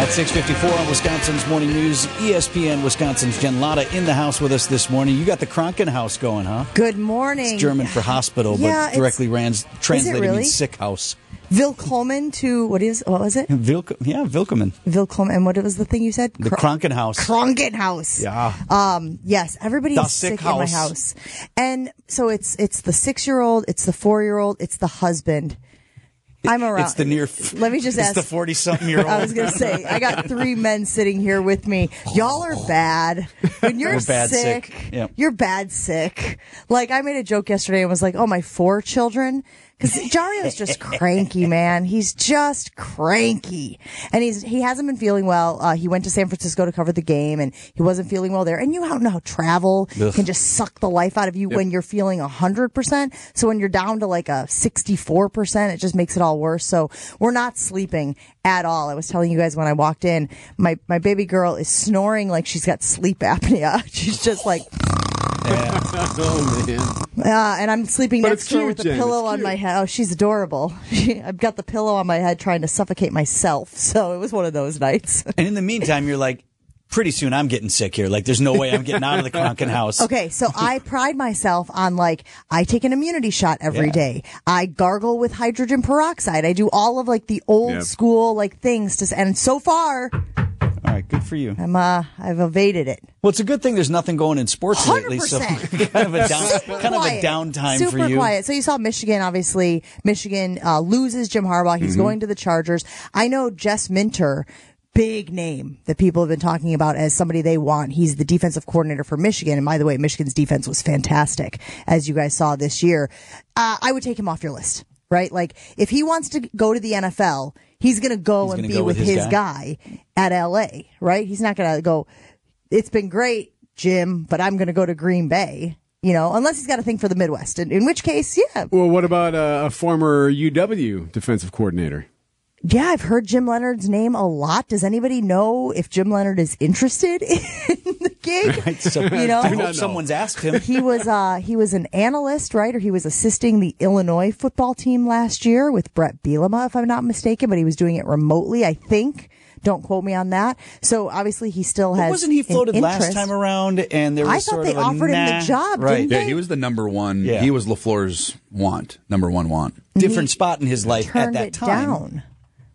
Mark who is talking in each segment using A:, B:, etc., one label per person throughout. A: At 6.54 on Wisconsin's Morning News, E ESPN Wisconsin's Jen Latta in the house with us this morning. You got the Kronken house going, huh?
B: Good morning.
A: It's German for hospital,
B: Yeah,
A: but
B: it's-
A: directly rans, translated
B: really?
A: means sick house.
B: Vilcomen to what is what was it?
A: Vilk- yeah, Vilkeman.
B: Vilcomen and what was the thing you said?
A: The
B: Kro-
A: Kronken house.
B: Krankenhaus.
A: Yeah.
B: Um, yes, everybody
A: The
B: is
A: sick
B: sick in my
A: house.
B: house. And so it's it's the 6-year-old, it's the 4-year-old, it's the husband. I'm around.
A: it's the near... f-
B: Let me just
A: it's
B: ask
A: the 40-something-year-old.
B: I was going to say, I got three men sitting here with me. Y'all are bad. When you're
A: We're bad
B: sick,
A: sick. Yep.
B: you're bad sick. Like, I made a joke yesterday and was like, oh, my four children? Because Jario's just cranky, man. He's just cranky. And he's he hasn't been feeling well. Uh, he went to San Francisco to cover the game, and he wasn't feeling well there. And you don't know how travel
A: Ugh.
B: can just suck the life out of you when you're feeling 100%. So when you're down to like a 64%, it just makes it all worse. So we're not sleeping at all. I was telling you guys when I walked in, my, my baby girl is snoring like she's got sleep apnea. She's just like,
C: Oh man!
B: uh, and I'm sleeping
C: But
B: next
C: it's
B: to her
C: cute,
B: with a
C: Jen. It's
B: pillow on
C: cute.
B: my head. Oh, she's adorable. I've got the pillow on my head trying to suffocate myself. So it was one of those nights.
A: and in the meantime, you're like, pretty soon I'm getting sick here. Like, there's no way I'm getting out of the Kronken house.
B: Okay, so I pride myself on like I take an immunity shot every
A: Yeah.
B: day. I gargle with hydrogen peroxide. I do all of like the old
C: Yep.
B: school like things to s- and so far
A: All right, good for you.
B: I'm uh I've evaded it.
A: Well, it's a good thing there's nothing going in sports lately, so
B: 100%.
A: kind of a, down,
B: Super
A: kind of a
B: quiet.
A: downtime
B: Super
A: for you.
B: quiet. So you saw Michigan, obviously. Michigan uh, loses Jim Harbaugh.
A: Mm-hmm.
B: He's going to the Chargers. I know Jess Minter. Big name that people have been talking about as somebody they want. He's the defensive coordinator for Michigan. And by the way, Michigan's defense was fantastic, as you guys saw this year. Uh, I would take him off your list, right? Like, if he wants to go to the NFL, he's going to go and
A: gonna
B: be
A: go
B: with, his guy. at LA, right? He's not going to go, it's been great, Jim, but I'm going to go to Green Bay, you know, unless he's got a thing for the Midwest, in, in which case, yeah.
C: Well, what about uh, a former UW defensive coordinator?
B: Yeah, I've heard Jim Leonard's name a lot. Does anybody know if Jim Leonard is interested in the gig?
A: So,
B: You know?
A: I
B: Do
A: hope
B: not
C: know.
A: someone's asked him.
B: he was uh, he was an analyst, right? Or he was assisting the Illinois football team last year with Brett Bielema, if I'm not mistaken. But he was doing it remotely, I think. Don't quote me on that. So obviously, he still has.
A: But wasn't he
B: an
A: floated last
B: interest.
A: time around? And there was
B: I thought
A: sort
B: they
A: of a
B: offered him the
A: nah,
B: job,
A: right?
B: didn't
D: Yeah, he was the number one.
A: Yeah.
D: He was LaFleur's want, number one want.
A: Different spot in his life at
B: turned
A: that
B: it
A: time.
B: down.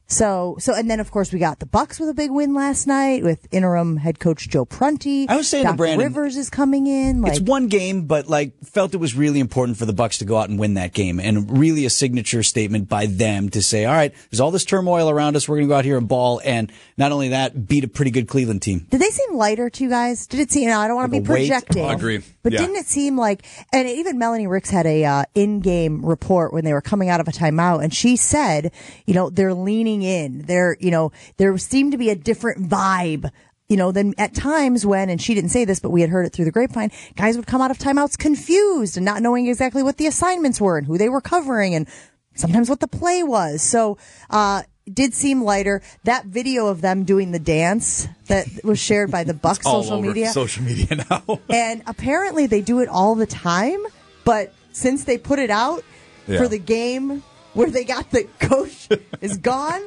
B: So so and then of course we got the Bucks with a big win last night with interim head coach Joe Prunty.
A: I was saying to
B: Doc
A: Brandon,
B: Rivers is coming in. Like
A: It's one game, but like felt it was really important for the Bucks to go out and win that game, and really a signature statement by them to say, "All right, there's all this turmoil around us. We're going to go out here and ball, and not only that, beat a pretty good Cleveland team."
B: did they seem lighter to you guys? Did it seem? Now, I don't want to
A: Like
B: be
A: a weight
B: projecting.
D: off. Agree.
B: But
D: Yeah.
B: didn't it seem like? And even Melanie Ricks had a uh, in-game report when they were coming out of a timeout, and she said, you know, they're leaning in. They're you know there seemed to be a different vibe. You know, than at times when, and she didn't say this, but we had heard it through the grapevine, guys would come out of timeouts confused and not knowing exactly what the assignments were and who they were covering and sometimes what the play was. So, uh, did seem lighter. That video of them doing the dance that was shared by the Bucks social media,
D: social media now.
B: and apparently they do it all the time. But since they put it out
D: Yeah.
B: for the game where they got the coach is gone,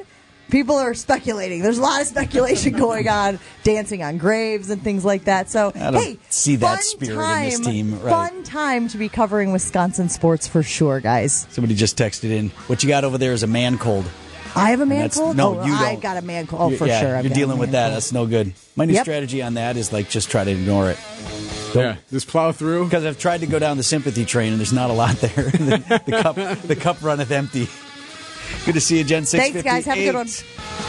B: people are speculating. There's a lot of speculation going on, dancing on graves and things like that. So
A: I don't
B: hey,
A: see that
B: fun
A: spirit in
B: time,
A: this team, right.
B: Fun time to be covering Wisconsin sports for sure, guys.
A: Somebody just texted in, "What you got over there is a man cold."
B: I have a man
A: that's-
B: cold.
A: no,
B: oh,
A: you
B: I
A: don't.
B: got a man cold. Oh, for
A: yeah,
B: sure. I've
A: you're
B: got a
A: dealing with
B: man
A: that.
B: cold.
A: That's no good. My new
B: Yep.
A: strategy on that is like just try to ignore it.
C: Yeah, just plow through.
A: Because I've tried to go down the sympathy train and there's not a lot there. the, the cup, the cup runneth empty. Good to see you, Jen.
B: Thanks, guys. Have a good one.
A: 658.